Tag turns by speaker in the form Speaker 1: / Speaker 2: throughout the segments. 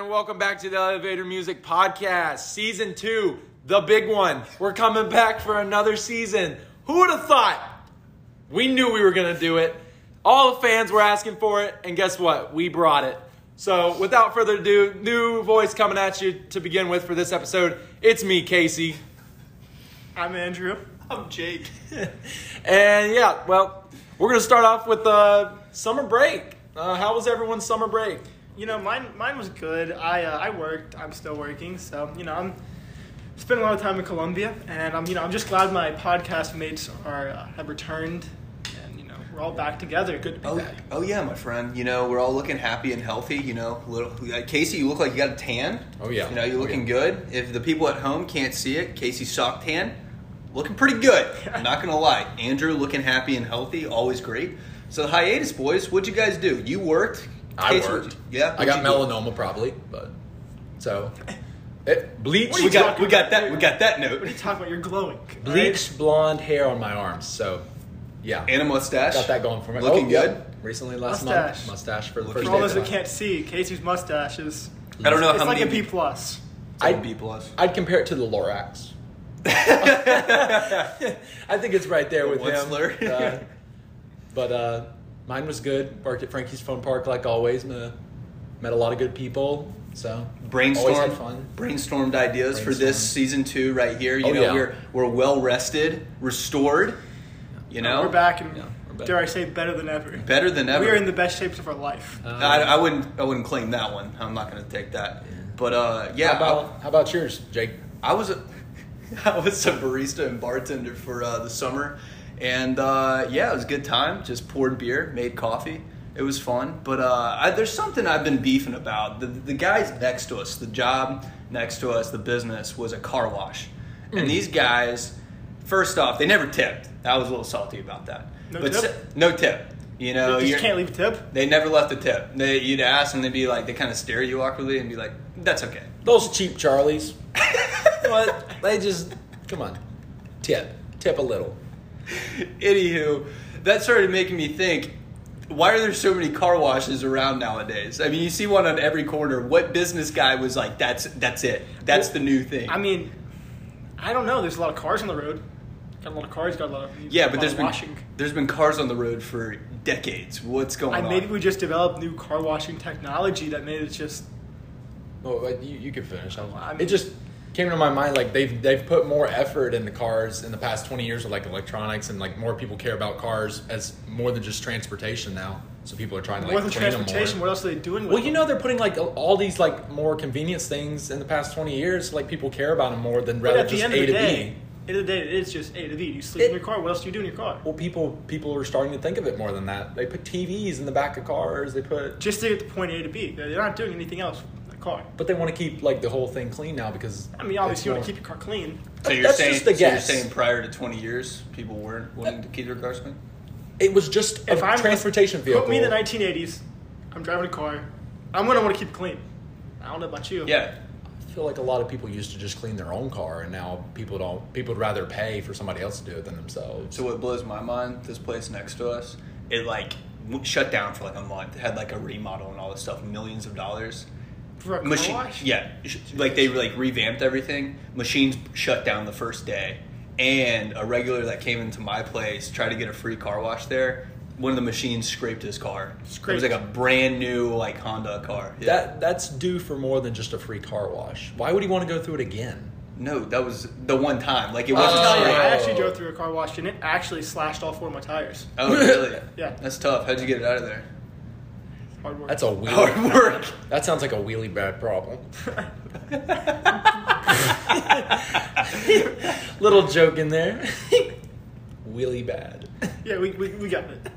Speaker 1: welcome back to the Elevator Music Podcast, Season 2, the big one. We're coming back for another season. Who would have thought? We knew we were going to do it. All the fans were asking for it, and guess what? We brought it. So, without further ado, new voice coming at you to begin with for this episode. It's me, Casey.
Speaker 2: I'm Andrew.
Speaker 3: I'm Jake.
Speaker 1: And yeah, well, we're going to start off with uh, summer break. Uh, how was everyone's summer break?
Speaker 2: You know, mine mine was good. I uh, I worked. I'm still working. So you know, I'm spending a lot of time in Colombia, and I'm you know I'm just glad my podcast mates are uh, have returned, and you know we're all back together. Good to be
Speaker 3: Oh,
Speaker 2: back.
Speaker 3: oh yeah, my friend. You know, we're all looking happy and healthy. You know, little uh, Casey, you look like you got a tan.
Speaker 1: Oh, yeah.
Speaker 3: You know,
Speaker 1: Oh,
Speaker 3: you're looking good. If the people at home can't see it, Casey's sock tan, looking pretty good. I'm not gonna lie. Andrew looking happy and healthy, always great. So the hiatus, boys. What'd you guys do? You worked.
Speaker 4: I
Speaker 3: Casey,
Speaker 4: worked.
Speaker 3: Yeah.
Speaker 4: I got
Speaker 3: what'd you do?
Speaker 4: melanoma probably, but so it, bleach.
Speaker 3: We got we got that we got that note
Speaker 2: What are you talking about? You're glowing.
Speaker 4: bleach blonde hair on my arms. So yeah,
Speaker 3: and a mustache.
Speaker 4: got that going for me.
Speaker 3: Looking
Speaker 4: Oh, yeah.
Speaker 3: good.
Speaker 4: Recently last
Speaker 2: Mustache.
Speaker 4: month, mustache for the
Speaker 3: Looking
Speaker 4: first
Speaker 2: For all
Speaker 4: day
Speaker 2: those
Speaker 4: of
Speaker 2: who
Speaker 4: the-
Speaker 2: can't see, Casey's mustache is
Speaker 3: I don't know
Speaker 2: it's
Speaker 3: how
Speaker 2: like a
Speaker 3: many
Speaker 2: B plus.
Speaker 3: It's like a B plus.
Speaker 4: I'd compare it to the Lorax. I think it's right there
Speaker 3: The
Speaker 4: with
Speaker 3: one
Speaker 4: him.
Speaker 3: slur.
Speaker 4: Uh, but uh, mine was good. Worked at Frankie's Fun Park like always. Met a, met a lot of good people. So
Speaker 3: brainstorm
Speaker 4: always had fun.
Speaker 3: brainstormed ideas for this
Speaker 4: Brainstorm.
Speaker 3: season two right here. You
Speaker 4: Oh,
Speaker 3: know,
Speaker 4: yeah.
Speaker 3: we're we're well rested, restored. You know,
Speaker 2: we're back and
Speaker 4: Yeah, we're back.
Speaker 2: dare I say better than ever.
Speaker 3: better than ever.
Speaker 2: We are in the best shapes of our life.
Speaker 3: I, I wouldn't I wouldn't claim that one. I'm not going to take that. But uh, yeah,
Speaker 4: How about how about yours, Jake?
Speaker 3: I was a, I was a barista and bartender for uh, the summer, and uh, yeah, it was a good time. Just poured beer, made coffee. It was fun, but uh, I, there's something I've been beefing about. The, the guys next to us, the job next to us, the business was a car wash,
Speaker 2: Mm.
Speaker 3: and these guys, first off, they never tipped. I was a little salty about that.
Speaker 2: No
Speaker 3: but
Speaker 2: tip?
Speaker 3: se- no tip. You know,
Speaker 2: you
Speaker 3: Oh, you're-
Speaker 2: just can't leave a tip.
Speaker 3: they never left a tip. They, you'd ask, and they'd be like, they kind of stare at you awkwardly, and be like, "That's okay."
Speaker 4: Those cheap Charlies. what? They just come on. Tip. Tip a little.
Speaker 3: Anywho, that started making me think. Why are there so many car washes around nowadays? I mean, you see one on every corner. What business guy was like, "That's that's it. That's the new thing."
Speaker 2: I mean, I don't know. There's a lot of cars on the road. Got a lot of cars. Got a lot of a
Speaker 3: yeah,
Speaker 2: lot
Speaker 3: but there's
Speaker 2: of
Speaker 3: been
Speaker 2: washing.
Speaker 3: there's been cars on the road for decades. What's going
Speaker 2: I,
Speaker 3: on?
Speaker 2: maybe we just developed new car washing technology that made it just.
Speaker 4: Oh, but you, you can finish. I'm-
Speaker 2: I mean-
Speaker 4: it just came to my mind like they've they've put more effort in the cars in the past twenty years with like electronics and like more people care about cars as more than just transportation now. So people are trying to like
Speaker 2: more than
Speaker 4: clean 'em
Speaker 2: transportation,
Speaker 4: more.
Speaker 2: what else are they doing? With
Speaker 4: Well, you
Speaker 2: them?
Speaker 4: know they're putting like all these like more convenience things in the past twenty years. Like people care about them more than
Speaker 2: But
Speaker 4: rather
Speaker 2: at the
Speaker 4: just
Speaker 2: end
Speaker 4: A
Speaker 2: of the
Speaker 4: to
Speaker 2: day,
Speaker 4: B.
Speaker 2: end of the day, it is just A to B. You sleep
Speaker 4: It-
Speaker 2: in your car. What else do you do in your car?
Speaker 4: Well, people people are starting to think of it more than that. They put TVs in the back of cars. They put
Speaker 2: Just to get to point A to B. They're they're not doing anything else in the car.
Speaker 4: But they want to keep like the whole thing clean now because
Speaker 2: I mean, obviously, you want to keep your car clean.
Speaker 3: so you're
Speaker 4: that's
Speaker 3: saying
Speaker 4: just a
Speaker 3: so you're
Speaker 4: guess.
Speaker 3: saying prior to 20 years, people weren't wanting to keep their cars clean.
Speaker 4: It was just a
Speaker 2: If I'm
Speaker 4: transportation vehicle.
Speaker 2: Put me in the 1980s. I'm driving a car. I'm gonna want to keep it clean. I don't know about you.
Speaker 3: Yeah,
Speaker 4: I feel like a lot of people used to just clean their own car, and now people don't. People would rather pay for somebody else to do it than themselves.
Speaker 3: So what blows my mind, this place next to us, it like w- shut down for like a month. It had like a remodel and all this stuff, millions of dollars.
Speaker 2: For a car
Speaker 3: Machine,
Speaker 2: wash.
Speaker 3: yeah, sh- like they like revamped everything. Machines shut down the first day, and a regular that came into my place tried to get a free car wash there. One of the machines scraped his car.
Speaker 2: Scraped.
Speaker 3: It was like a brand new like Honda car. Yeah.
Speaker 4: That that's due for more than just a free car wash. Why would he want to go through it again?
Speaker 3: no, that was the one time. Like it wasn't.
Speaker 2: Tell you,
Speaker 3: scraped.
Speaker 2: I actually drove through a car wash and it actually slashed all four of my tires.
Speaker 3: oh really?
Speaker 2: Yeah.
Speaker 3: That's tough. How'd you get it out of there?
Speaker 2: Hard work.
Speaker 4: That's a wheelie.
Speaker 3: Hard work.
Speaker 4: that sounds like a wheelie bad problem. Little joke in there. wheelie bad.
Speaker 2: yeah, we, we, we got it.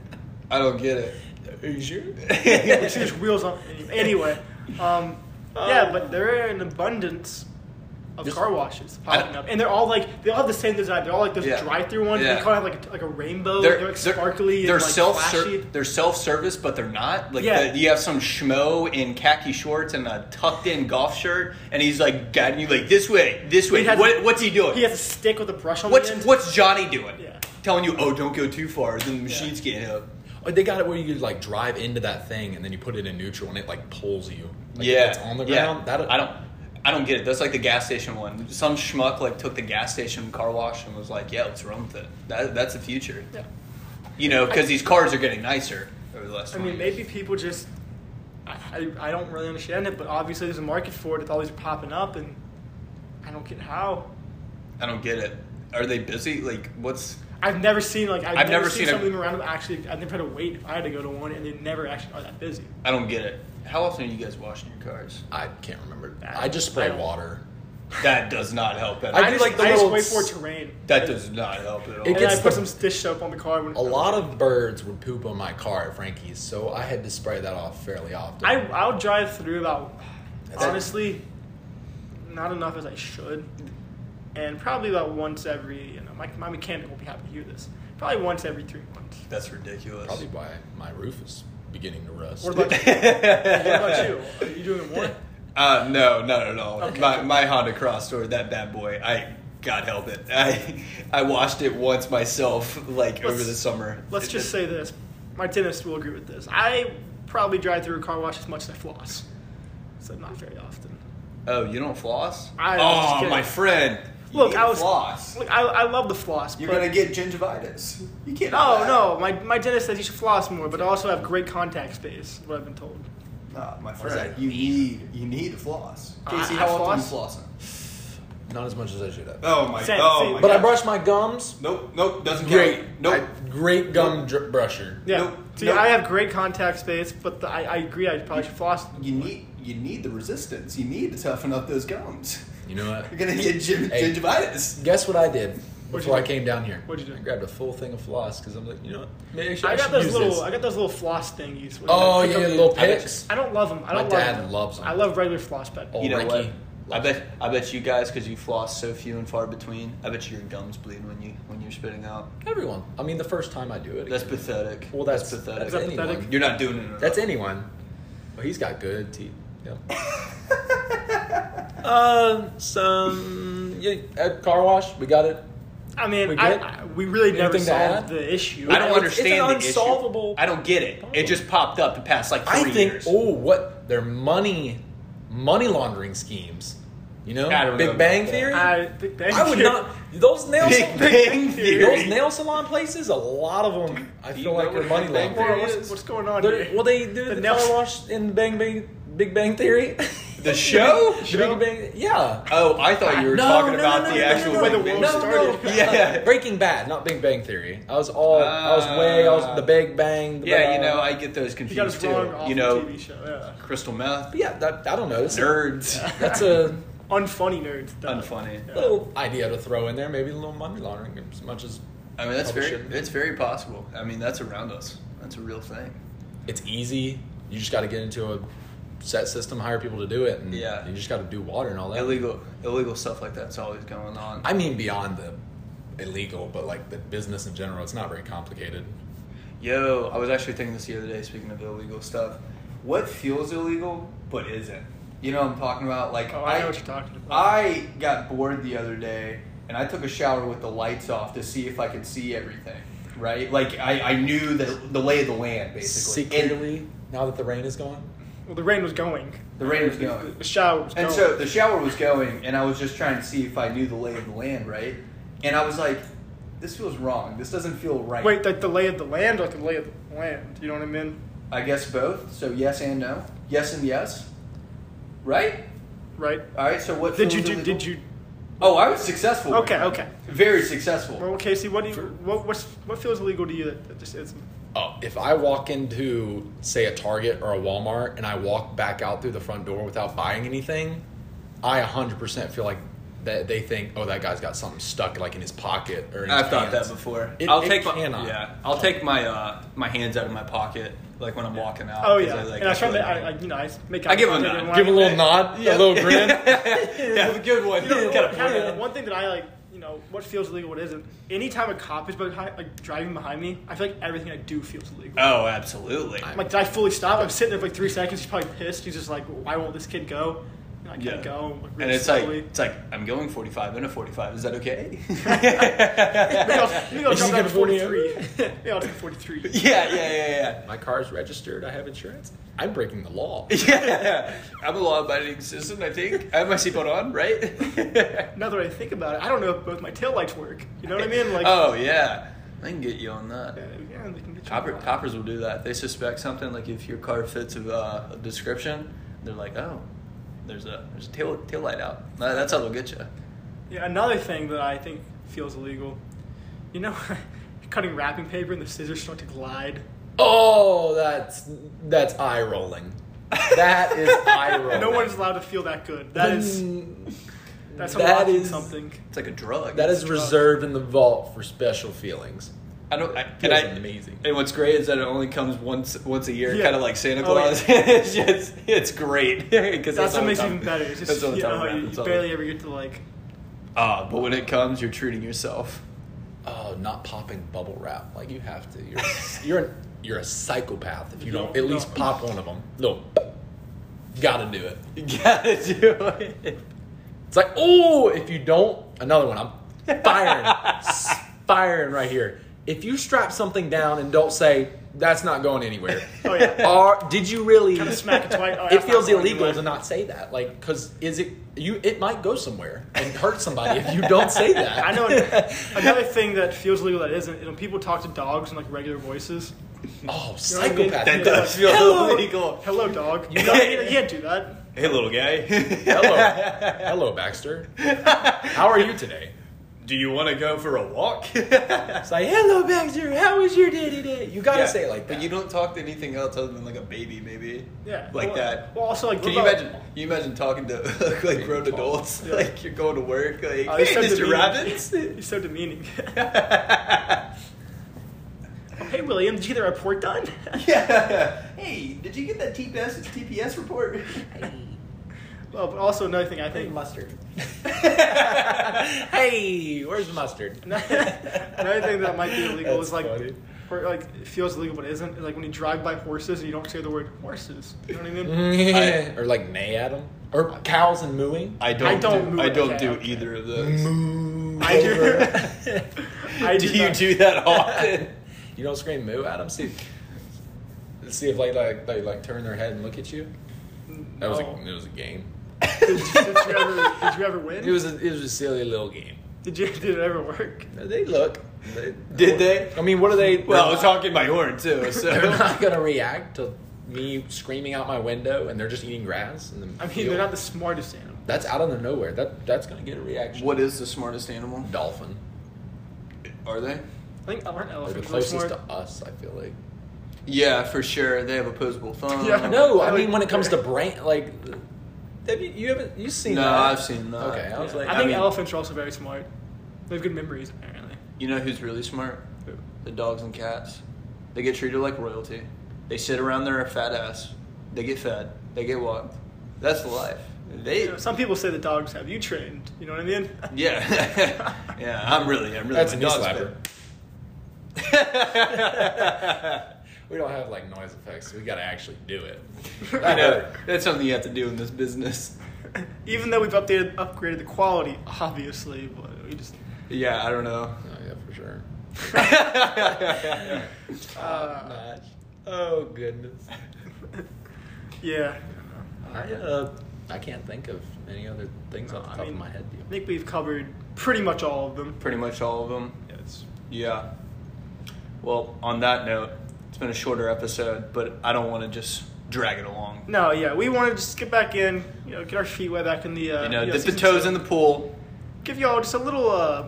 Speaker 3: I don't get it.
Speaker 4: Are you sure?
Speaker 2: It's just wheels on. Anyway, um, yeah, but there are an abundance of
Speaker 4: Just-
Speaker 2: car washes
Speaker 3: I-
Speaker 2: popping up, and they're all like they all have the same design. They're all like those
Speaker 3: Yeah.
Speaker 2: drive-through ones.
Speaker 3: Yeah.
Speaker 2: They kind of like a, like a rainbow. They're,
Speaker 3: they're,
Speaker 2: like sparkly.
Speaker 3: They're
Speaker 2: and, like,
Speaker 3: self
Speaker 2: flashy.
Speaker 3: they're self service, but they're not. Like
Speaker 2: Yeah.
Speaker 3: the, you have some schmo in khaki shorts and a tucked in golf shirt, and he's like guiding you like this way, this way.
Speaker 2: He has-
Speaker 3: What, what's he doing?
Speaker 2: He has a stick with a brush on
Speaker 3: what's
Speaker 2: the end.
Speaker 3: what's Johnny doing?
Speaker 2: Yeah.
Speaker 3: Telling you, oh, don't go too far, then the machines get hit.
Speaker 4: Oh, they got it where you could like drive into that thing and then you put it in neutral and it like pulls you. Like,
Speaker 3: yeah,
Speaker 4: It's on the
Speaker 3: yeah.
Speaker 4: ground. That
Speaker 3: I don't. I don't get it. That's like the gas station one. Some schmuck like took the gas station car wash and was like, "Yeah, let's run with it." That, that's the future.
Speaker 2: Yeah.
Speaker 3: You know, because these cars are getting nicer over the last.
Speaker 2: I mean,
Speaker 3: 20 years.
Speaker 2: maybe people just. I, I, I don't really understand it, but obviously there's a market for it. It's always popping up, and I don't get how.
Speaker 3: I don't get it. Are they busy? Like, what's?
Speaker 2: I've never seen like I've,
Speaker 3: I've
Speaker 2: never,
Speaker 3: never
Speaker 2: seen,
Speaker 3: seen a-
Speaker 2: something around them actually. I've never had to wait if I had to go to one, and they never actually are that busy.
Speaker 3: I don't get it. How often are you guys washing your cars?
Speaker 4: I can't remember.
Speaker 2: I-
Speaker 4: I just spray
Speaker 2: I don't-
Speaker 4: water.
Speaker 3: That does not help at all.
Speaker 4: I
Speaker 2: I,
Speaker 4: do
Speaker 2: just,
Speaker 4: like the
Speaker 2: I just
Speaker 4: little
Speaker 2: wait
Speaker 4: s-
Speaker 2: for it to rain.
Speaker 3: that does not help at all.
Speaker 4: It
Speaker 2: and I
Speaker 4: gets
Speaker 2: put
Speaker 4: the-
Speaker 2: some dish soap on the car. When
Speaker 4: A lot of birds would poop on my car at Frankie's, so I had to spray that off fairly often.
Speaker 2: I I'll drive through about
Speaker 4: That's-
Speaker 2: honestly, not enough as I should, and probably about once every you know my my mechanic will be happy to hear this. Probably once every three months.
Speaker 3: That's ridiculous.
Speaker 4: Probably why my roof is beginning to rust.
Speaker 2: What about, what about you? Are you doing more?
Speaker 3: Uh, no, not at all.
Speaker 2: Okay.
Speaker 3: My, my Honda Cross or that bad boy, I God help it. I I washed it once myself, like over
Speaker 2: Let's-
Speaker 3: the summer.
Speaker 2: Let's
Speaker 3: It
Speaker 2: just
Speaker 3: did-
Speaker 2: say this: my dentist will agree with this. I probably drive through a car wash as much as I floss, so not very often.
Speaker 3: Oh, you don't floss?
Speaker 2: I was just
Speaker 3: oh,
Speaker 2: kidding.
Speaker 3: my friend. You
Speaker 2: Look,
Speaker 3: need
Speaker 2: I
Speaker 3: to
Speaker 2: was
Speaker 3: floss.
Speaker 2: Look, I, I love the floss.
Speaker 3: You're
Speaker 2: but-
Speaker 3: gonna get gingivitis. You can't.
Speaker 2: No,
Speaker 3: have
Speaker 2: no. My, my dentist says you should floss more, but also have great contact space. What I've been told.
Speaker 3: that. Uh, Nah, Uh, my
Speaker 4: does
Speaker 3: friend.
Speaker 4: that
Speaker 3: You need you need to floss.
Speaker 2: I-
Speaker 3: Casey,
Speaker 2: I
Speaker 3: how often you flossing?
Speaker 4: Not as much as I should have.
Speaker 3: Oh my.
Speaker 2: Same,
Speaker 3: oh
Speaker 2: same.
Speaker 3: my
Speaker 4: but I
Speaker 3: gosh.
Speaker 4: brush my gums.
Speaker 3: Nope, nope, doesn't
Speaker 4: Great.
Speaker 3: count. Nope.
Speaker 4: I- great gum dr- brusher.
Speaker 2: Yeah.
Speaker 3: Nope,
Speaker 2: See,
Speaker 3: nope.
Speaker 2: I have great contact space, but the, I, I agree. I probably should floss.
Speaker 3: you need you need the resistance. You need to toughen up those gums.
Speaker 4: You know what?
Speaker 3: You're gonna get gin-
Speaker 4: Hey.
Speaker 3: gingivitis.
Speaker 4: Guess what I did
Speaker 2: What'd
Speaker 4: before
Speaker 2: you
Speaker 4: I
Speaker 2: do?
Speaker 4: came down here?
Speaker 2: What'd you do?
Speaker 4: I grabbed a full thing of floss because I'm like, you know what? Maybe I, should,
Speaker 2: I
Speaker 4: I
Speaker 2: got
Speaker 4: should
Speaker 2: those
Speaker 4: use
Speaker 2: little.
Speaker 4: this.
Speaker 2: I got those little floss thingies. where
Speaker 4: oh
Speaker 2: you
Speaker 4: yeah,
Speaker 2: pick up the-
Speaker 4: little
Speaker 3: I bet
Speaker 4: picks.
Speaker 2: I don't love them. I
Speaker 4: My
Speaker 2: don't
Speaker 4: dad
Speaker 2: love them.
Speaker 4: loves 'em.
Speaker 2: I love regular floss better.
Speaker 4: Oh.
Speaker 3: You know
Speaker 4: Ricky.
Speaker 3: what? I bet I bet you guys because you floss so few and far between. I bet your gums bleed when you when you're spitting out.
Speaker 4: Everyone. I mean, the first time I do it.
Speaker 3: That's
Speaker 4: again.
Speaker 3: pathetic.
Speaker 4: Well, that's,
Speaker 3: pathetic.
Speaker 4: pathetic.
Speaker 2: That's
Speaker 4: That's
Speaker 2: pathetic.
Speaker 4: anyone.
Speaker 3: You're not doing it.
Speaker 4: That's anyone. Well, he's got good teeth. Yeah. uh, some yeah, at car wash. We got it.
Speaker 2: I
Speaker 4: We
Speaker 2: mean,
Speaker 4: good?
Speaker 2: I, I, we really never
Speaker 4: Anything to add?
Speaker 2: solved the issue.
Speaker 3: I don't
Speaker 4: It's- it's an
Speaker 3: understand the
Speaker 4: unsolvable
Speaker 3: issue. I don't get it. It just popped up the past like three
Speaker 4: I think.
Speaker 3: years.
Speaker 4: Oh, what their money, money laundering schemes. You know,
Speaker 3: I don't
Speaker 4: Big
Speaker 3: know about
Speaker 4: Bang
Speaker 3: that.
Speaker 4: Theory.
Speaker 2: I, Big Bang
Speaker 4: I would
Speaker 2: Theory.
Speaker 4: not. Those nail
Speaker 3: Big
Speaker 4: salon,
Speaker 3: Bang
Speaker 4: those
Speaker 3: Theory.
Speaker 4: nail salon places. A lot of them. I
Speaker 3: do you
Speaker 4: feel
Speaker 3: know
Speaker 4: like
Speaker 3: what
Speaker 4: they're money
Speaker 3: Big
Speaker 4: laundering.
Speaker 3: Bang
Speaker 2: Hold on,
Speaker 3: Theory
Speaker 2: what's,
Speaker 3: is.
Speaker 2: what's going on?
Speaker 4: They're-
Speaker 2: here?
Speaker 4: Well, they do the,
Speaker 2: nail-
Speaker 4: car wash in Bang Bang Big Bang Theory.
Speaker 3: The show?
Speaker 4: The
Speaker 2: Show?
Speaker 4: Big Bang. Yeah.
Speaker 3: Oh, I thought you were
Speaker 4: No,
Speaker 3: talking
Speaker 4: no,
Speaker 3: about
Speaker 4: no,
Speaker 3: the
Speaker 4: no, no,
Speaker 3: actual
Speaker 4: no,
Speaker 2: Where the
Speaker 3: Big Bang
Speaker 2: world
Speaker 4: No,
Speaker 3: Theory.
Speaker 2: started.
Speaker 4: no,
Speaker 3: Yeah.
Speaker 4: uh, Breaking Bad, not Big Bang Theory. I was all, I was way, I was the Big Bang. the-
Speaker 3: Uh, Yeah, you know, I get those
Speaker 2: He got us
Speaker 3: confused
Speaker 2: wrong
Speaker 3: too.
Speaker 2: off
Speaker 3: You
Speaker 2: the
Speaker 3: know,
Speaker 2: TV show. Yeah.
Speaker 3: crystal meth,
Speaker 4: But yeah, that, I don't know. That's,
Speaker 3: nerds.
Speaker 4: that's a
Speaker 2: Unfunny nerds. Duh.
Speaker 3: Unfunny.
Speaker 2: Yeah.
Speaker 4: little idea to throw in there. Maybe a little money laundering, as much as
Speaker 3: I mean, that's
Speaker 4: Probably
Speaker 3: very
Speaker 4: shouldn't.
Speaker 3: it's very possible. I mean, that's around us. That's a real thing.
Speaker 4: it's easy. You just got to get into a set system, hire people to do it, and
Speaker 3: Yeah.
Speaker 4: you just got to do water and all that.
Speaker 3: Illegal illegal stuff like that's always going on.
Speaker 4: I mean, beyond the illegal, but like the business in general, it's not very complicated.
Speaker 3: Yo, I was actually thinking this the other day. Speaking of illegal stuff, what feels illegal but isn't? You know what I'm talking about? Like
Speaker 2: Oh, I know what you're talking about.
Speaker 3: I got bored the other day and I took a shower with the lights off to see if I could see everything. Right? Like I, I knew the the lay of the land basically. And
Speaker 4: Secretly, now that the rain is gone,
Speaker 2: Well, the rain was going.
Speaker 3: the rain was
Speaker 2: The,
Speaker 3: going.
Speaker 2: the shower was
Speaker 3: And
Speaker 2: going.
Speaker 3: so the shower was going, and I was just trying to see if I knew the lay of the land, right? And I was like, this feels wrong. This doesn't feel right.
Speaker 2: Wait, like the lay of the land or the lay of the land? You know what I mean?
Speaker 3: I guess both. So yes and no. Yes and yes. Right?
Speaker 2: Right?
Speaker 3: All right. So what
Speaker 2: Did you
Speaker 3: feels
Speaker 2: do?
Speaker 3: illegal?
Speaker 2: Did you?
Speaker 3: Oh, I was successful. with
Speaker 2: Okay,
Speaker 3: it.
Speaker 2: okay.
Speaker 3: Very successful.
Speaker 2: Well, Casey, what do you? What what's, what feels illegal to you that, that just isn't?
Speaker 4: Oh, if I walk into, say, a Target or a Walmart and I walk back out through the front door without buying anything, I 100% feel like that they think, oh, that guy's got something stuck like in his pocket or in his
Speaker 3: I've thought that
Speaker 4: pants."
Speaker 3: before.
Speaker 4: It-
Speaker 3: I'll
Speaker 4: it
Speaker 3: take
Speaker 4: cannot.
Speaker 3: my yeah. I'll take my uh, my hands out of my pocket like when I'm walking out.
Speaker 2: Oh
Speaker 3: Uh, 'cause
Speaker 2: yeah,
Speaker 3: I, like,
Speaker 2: and I
Speaker 3: I
Speaker 2: try
Speaker 3: feel
Speaker 2: to, I,
Speaker 3: like-
Speaker 2: I, you know, I make.
Speaker 3: I give
Speaker 2: a
Speaker 3: him that.
Speaker 4: Give a little nod, a little grin.
Speaker 3: yeah, a good one.
Speaker 2: You know,
Speaker 3: Got a
Speaker 2: kind of
Speaker 3: plan.
Speaker 2: one thing that I like, you know, what feels illegal, what isn't. Anytime a cop is behind, like driving behind me, I feel like everything I do feels illegal.
Speaker 3: Oh, absolutely.
Speaker 2: I'm like, did I fully stop? I'm sitting there for like three seconds. He's probably pissed. He's just like, why won't this kid go? You know, I can't go. Like,
Speaker 3: and
Speaker 2: really
Speaker 3: it's like
Speaker 2: slowly.
Speaker 3: it's like I'm going 45 and a 45. Is that okay?
Speaker 2: maybe I'll, maybe I'll
Speaker 4: This is
Speaker 2: drop down to
Speaker 4: California.
Speaker 2: 43. maybe I'll take 43.
Speaker 3: yeah, yeah, yeah,
Speaker 4: My car's registered. I have insurance. I'm breaking the law.
Speaker 3: yeah. yeah. I'm a law-abiding citizen. I think I have my seatbelt on, right?
Speaker 2: Now that I think about it, I don't know if both my taillights work. You know what I mean? Like,
Speaker 3: oh yeah, I can get you on that.
Speaker 2: yeah, yeah, they can get you
Speaker 3: Copper,
Speaker 2: a lot.
Speaker 3: coppers will do that. They suspect something like if your car fits a, uh, a description, they're like, oh, there's a there's a tail tail light out. That- That's how they'll get you.
Speaker 2: Yeah, another thing that I think feels illegal, you know, cutting wrapping paper and the scissors start to glide.
Speaker 4: Oh, that's that's eye rolling. That is eye rolling.
Speaker 2: No one is allowed to feel that good. That
Speaker 4: Mm.
Speaker 2: is that's
Speaker 4: that
Speaker 2: unlocking
Speaker 4: is-
Speaker 2: something.
Speaker 3: It's like a drug.
Speaker 4: that is reserved in the vault for special feelings.
Speaker 3: I don't. I, and
Speaker 4: Feels
Speaker 3: I,
Speaker 4: amazing.
Speaker 3: And what's great is that it only comes once once a year,
Speaker 2: Yeah.
Speaker 3: kind of like Santa
Speaker 2: Oh,
Speaker 3: Claus. it's, just- it's great because
Speaker 2: That's what makes it even better. It's just
Speaker 3: that's all the
Speaker 2: you know,
Speaker 3: time it
Speaker 2: how you,
Speaker 3: happens,
Speaker 2: you
Speaker 3: all the-
Speaker 2: barely ever get to like.
Speaker 3: Ah, but when it comes, you're treating yourself.
Speaker 4: Oh, not popping bubble wrap like you have to. You're you're an, you're a psychopath if you don't
Speaker 2: No,
Speaker 4: at least
Speaker 2: no.
Speaker 4: pop one of them. No, gotta do it.
Speaker 3: You gotta do it.
Speaker 4: It's like oh, if you don't, another one. I'm firing, S- firing right here. If you strap something down and don't say that's not going anywhere,
Speaker 2: Oh yeah,
Speaker 4: are did you really?
Speaker 2: kind of smack it twice. Oh,
Speaker 4: it
Speaker 2: that's not
Speaker 4: feels
Speaker 2: going
Speaker 4: illegal
Speaker 2: anywhere.
Speaker 4: to not say that, like, because is it you? It might go somewhere and hurt somebody if you don't say that.
Speaker 2: I know another thing that feels illegal that isn't. You know, people talk to dogs in like regular voices.
Speaker 4: Oh,
Speaker 2: You know what I mean?
Speaker 4: psychopath!
Speaker 3: That
Speaker 2: Yeah,
Speaker 3: does
Speaker 2: like,
Speaker 3: feel
Speaker 2: hello,
Speaker 3: illegal.
Speaker 2: Hello, dog. You know, what I mean? you can't do that.
Speaker 3: Hey, little guy.
Speaker 4: Hello, hello, Baxter. How are you today?
Speaker 3: Do you want to go for a walk?
Speaker 4: It's like, hello, Baxter. How was your day today? You gotta
Speaker 3: Yeah,
Speaker 4: say it like that.
Speaker 3: But you don't talk to anything else other than like a baby, maybe.
Speaker 2: Yeah,
Speaker 3: Like
Speaker 2: well,
Speaker 3: that.
Speaker 2: Well, also like
Speaker 3: Can
Speaker 2: what
Speaker 3: you
Speaker 2: about-
Speaker 3: imagine? You imagine talking to like grown adults,
Speaker 2: Yeah.
Speaker 3: like you're going to work, like
Speaker 2: Oh,
Speaker 3: hey,
Speaker 2: it's so
Speaker 3: Mr.
Speaker 2: demeaning.
Speaker 3: Robbins.
Speaker 2: It's so demeaning. Oh, hey, William, did you get the report done?
Speaker 3: yeah. Hey, did you get that TPS TPS report?
Speaker 2: well, but also another thing I think
Speaker 5: mustard.
Speaker 4: hey, where's the mustard?
Speaker 2: another thing that might be illegal
Speaker 4: That's
Speaker 2: is like,
Speaker 4: funny.
Speaker 2: or like it feels illegal but isn't. Like when you drive by horses and you don't say the word horses. You know what I mean?
Speaker 4: or like neigh at them, or cows and mooing.
Speaker 3: I don't.
Speaker 2: I don't
Speaker 3: do,
Speaker 2: move
Speaker 3: I
Speaker 2: it.
Speaker 3: don't
Speaker 2: Okay,
Speaker 3: do
Speaker 2: okay.
Speaker 3: either of those.
Speaker 4: Moo.
Speaker 2: I
Speaker 4: over.
Speaker 2: do. I
Speaker 3: Do you
Speaker 2: not-
Speaker 3: do that often?
Speaker 4: You don't scream moo at them. See, see if like like they like turn their head and look at you. That was
Speaker 2: No.
Speaker 4: a, it was a game.
Speaker 2: Oh. Did, did you ever? Did you ever win?
Speaker 4: It was a, it was a silly little game.
Speaker 2: did you? Did it ever work?
Speaker 4: They look. They,
Speaker 3: Did they?
Speaker 4: I mean, what are they?
Speaker 3: Well, I
Speaker 4: they're
Speaker 3: was honking my horn too.
Speaker 4: they're
Speaker 3: So
Speaker 4: not gonna react to me screaming out my window, and they're just eating grass. And
Speaker 2: I mean, they're not the smartest animal.
Speaker 4: That's out of the nowhere. That that's gonna get a reaction.
Speaker 3: what is the smartest animal?
Speaker 4: dolphin?
Speaker 3: Are they?
Speaker 2: I think aren't
Speaker 4: They're the
Speaker 2: elephants really
Speaker 4: closest
Speaker 2: smart?
Speaker 4: to us. I feel like.
Speaker 3: Yeah, for sure. They have opposable thumbs.
Speaker 2: Yeah.
Speaker 4: No, Um, I
Speaker 2: Like-
Speaker 4: mean when it comes to brain, like, have you you haven't you seen?
Speaker 3: No,
Speaker 4: that?
Speaker 3: I've seen that.
Speaker 4: Okay, I was
Speaker 2: Yeah.
Speaker 4: like,
Speaker 2: I
Speaker 3: I
Speaker 2: think
Speaker 3: mean-
Speaker 2: elephants are also very smart. They have good memories apparently.
Speaker 3: You know who's really smart? The dogs and cats. They get treated like royalty. They sit around their fat ass. They get fed. They get walked. That's the life. They.
Speaker 2: You know, some people say the dogs have you trained. You know what I mean?
Speaker 3: Yeah. yeah. I'm really. I'm really.
Speaker 4: that's a
Speaker 3: my
Speaker 4: knee
Speaker 3: dog's
Speaker 4: slapper.
Speaker 3: fed.
Speaker 4: We don't have like noise effects. We got to actually do it.
Speaker 3: I know. That's something you have to do in this business.
Speaker 2: Even though we've updated, upgraded the quality, obviously, but we just.
Speaker 3: Yeah. I don't know.
Speaker 4: Oh yeah, for sure.
Speaker 2: Uh,
Speaker 4: Oh goodness.
Speaker 2: yeah,
Speaker 4: I uh, I can't think of any other things off the
Speaker 2: No, I
Speaker 4: top
Speaker 2: mean-
Speaker 4: of my head.
Speaker 2: I
Speaker 4: Dude.
Speaker 2: think we've covered pretty much all of them.
Speaker 3: Pretty much all of them.
Speaker 2: Yes.
Speaker 3: Yeah. Well, on that note, it's been a shorter episode, but I don't want to just drag it along.
Speaker 2: No, yeah, we want to just get back in, you know, get our feet wet back in the. Uh,
Speaker 3: You know, dip the
Speaker 2: season
Speaker 3: toes
Speaker 2: two.
Speaker 3: in the pool.
Speaker 2: Give y'all just a little uh,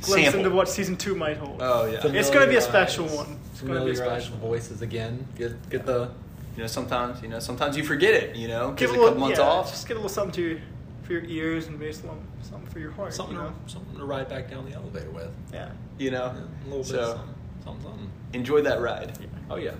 Speaker 2: glimpse
Speaker 3: Sample.
Speaker 2: into what season two might hold.
Speaker 3: Oh yeah.
Speaker 2: It's gonna be a special one. It's gonna be a
Speaker 4: Familiarize
Speaker 2: special
Speaker 4: the voices again. Get get the
Speaker 3: You know, sometimes you know, sometimes you forget it. You know,
Speaker 2: Give
Speaker 3: because
Speaker 2: a
Speaker 3: a
Speaker 2: little
Speaker 3: couple months
Speaker 2: yeah,
Speaker 3: off.
Speaker 2: Just get a little something to your, for your ears and maybe some, something for your heart.
Speaker 4: something
Speaker 2: you know?
Speaker 4: to, something to ride back down the elevator with.
Speaker 2: Yeah.
Speaker 3: You know,
Speaker 4: Yeah, a little bit.
Speaker 3: so
Speaker 4: Of something, something, something.
Speaker 3: enjoy that ride.
Speaker 4: Oh yeah.